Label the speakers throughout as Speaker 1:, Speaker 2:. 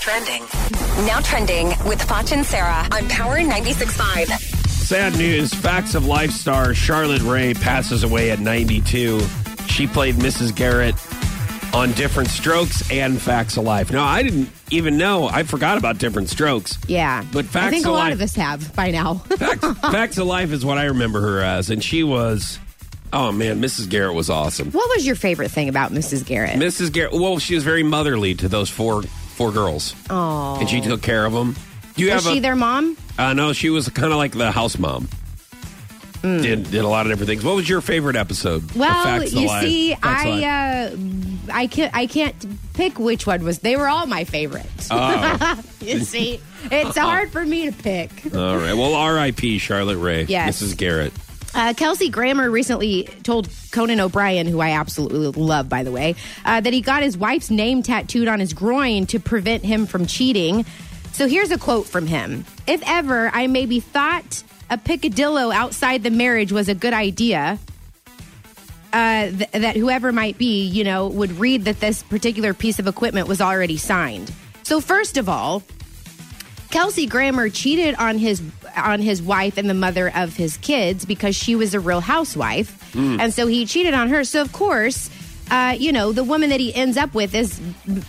Speaker 1: trending. Now trending with Foch and Sarah on Power 96.5.
Speaker 2: Sad news. Facts of Life star Charlotte Ray passes away at 92. She played Mrs. Garrett on Different Strokes and Facts of Life. Now, I didn't even know. I forgot about Different Strokes.
Speaker 3: Yeah.
Speaker 2: But Facts
Speaker 3: I think a
Speaker 2: of
Speaker 3: lot
Speaker 2: Life-
Speaker 3: of us have by now.
Speaker 2: Facts, Facts of Life is what I remember her as. And she was, oh man, Mrs. Garrett was awesome.
Speaker 3: what was your favorite thing about Mrs. Garrett?
Speaker 2: Mrs. Garrett, well, she was very motherly to those four four girls.
Speaker 3: Oh.
Speaker 2: And she took care of them. Do you
Speaker 3: was
Speaker 2: have
Speaker 3: she
Speaker 2: a,
Speaker 3: their mom?
Speaker 2: Uh, no, she was kind of like the house mom. Did did a lot of different things. What was your favorite episode? of
Speaker 3: Hmm. Well,
Speaker 2: Facts of
Speaker 3: you
Speaker 2: Life?
Speaker 3: see,
Speaker 2: Facts of Life.
Speaker 3: I uh, I can't I can't pick which one was. They were all my favorites.
Speaker 2: Oh.
Speaker 3: you see, it's hard for me to pick.
Speaker 2: all right. Well, R.I.P. Charlotte Ray.
Speaker 3: uh, Yes.
Speaker 2: Mrs. Garrett.
Speaker 3: Uh, Kelsey Grammer recently told Conan O'Brien, who I absolutely love, by the way, uh, that he got his wife's name tattooed on his groin to prevent him from cheating. So here's a quote from him If ever I maybe thought a picadillo outside the marriage was a good idea, uh, th- that whoever might be, you know, would read that this particular piece of equipment was already signed. So, first of all, Kelsey Grammer cheated on his on his wife and the mother of his kids because she was a real housewife, and so he cheated on her. So of course. Uh, you know, the woman that he ends up with is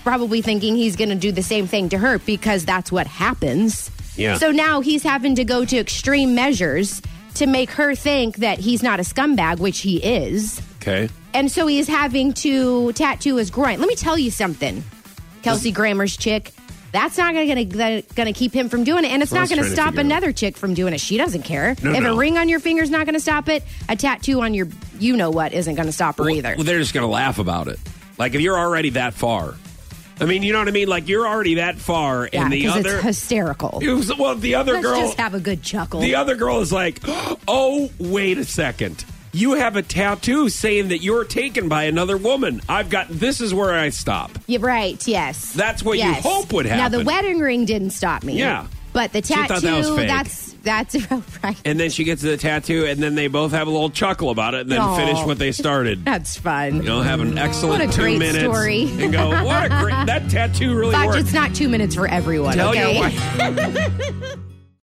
Speaker 3: probably thinking he's going to do the same thing to her because that's what happens.
Speaker 2: Yeah.
Speaker 3: So now he's having to go to extreme measures to make her think that he's not a scumbag, which he is.
Speaker 2: Okay.
Speaker 3: And so he's having to tattoo his groin. Let me tell you something, Kelsey Grammer's chick. That's not gonna gonna, gonna keep him from doing it, and it's
Speaker 2: Well, I
Speaker 3: not
Speaker 2: was
Speaker 3: gonna
Speaker 2: trying to
Speaker 3: stop
Speaker 2: figure out.
Speaker 3: another chick from doing it. She doesn't care
Speaker 2: No,
Speaker 3: if
Speaker 2: no.
Speaker 3: a ring on your finger's not gonna stop it. A tattoo on your you know what isn't gonna stop her either.
Speaker 2: Well, they're just going to laugh about it. Like if you're already that far. I mean, you know what I mean? Like you're already that far,
Speaker 3: Yeah,
Speaker 2: and the
Speaker 3: 'cause
Speaker 2: other.
Speaker 3: it's hysterical.
Speaker 2: It was- well, the other
Speaker 3: Let's
Speaker 2: girl.
Speaker 3: just have a good chuckle.
Speaker 2: The other girl is like, oh, wait a second. You have a tattoo saying that you're taken by another woman. I've got this is where I stop.
Speaker 3: You're right. Yes.
Speaker 2: That's what you
Speaker 3: Yes.
Speaker 2: hope would
Speaker 3: Now the
Speaker 2: happen.
Speaker 3: wedding ring didn't stop me.
Speaker 2: Yeah.
Speaker 3: But the
Speaker 2: She thought that was fake.
Speaker 3: tattoo—that's that's right.
Speaker 2: And then she gets the tattoo, and then they both have a little chuckle about it, and then
Speaker 3: Aw.
Speaker 2: finish what they started.
Speaker 3: That's fun.
Speaker 2: You know, have an excellent
Speaker 3: What a
Speaker 2: two
Speaker 3: great
Speaker 2: minutes
Speaker 3: story.
Speaker 2: and go. What a great that tattoo really
Speaker 3: Fudge,
Speaker 2: worked.
Speaker 3: it's not two minutes for everyone.
Speaker 2: Tell your
Speaker 3: okay?
Speaker 2: wife.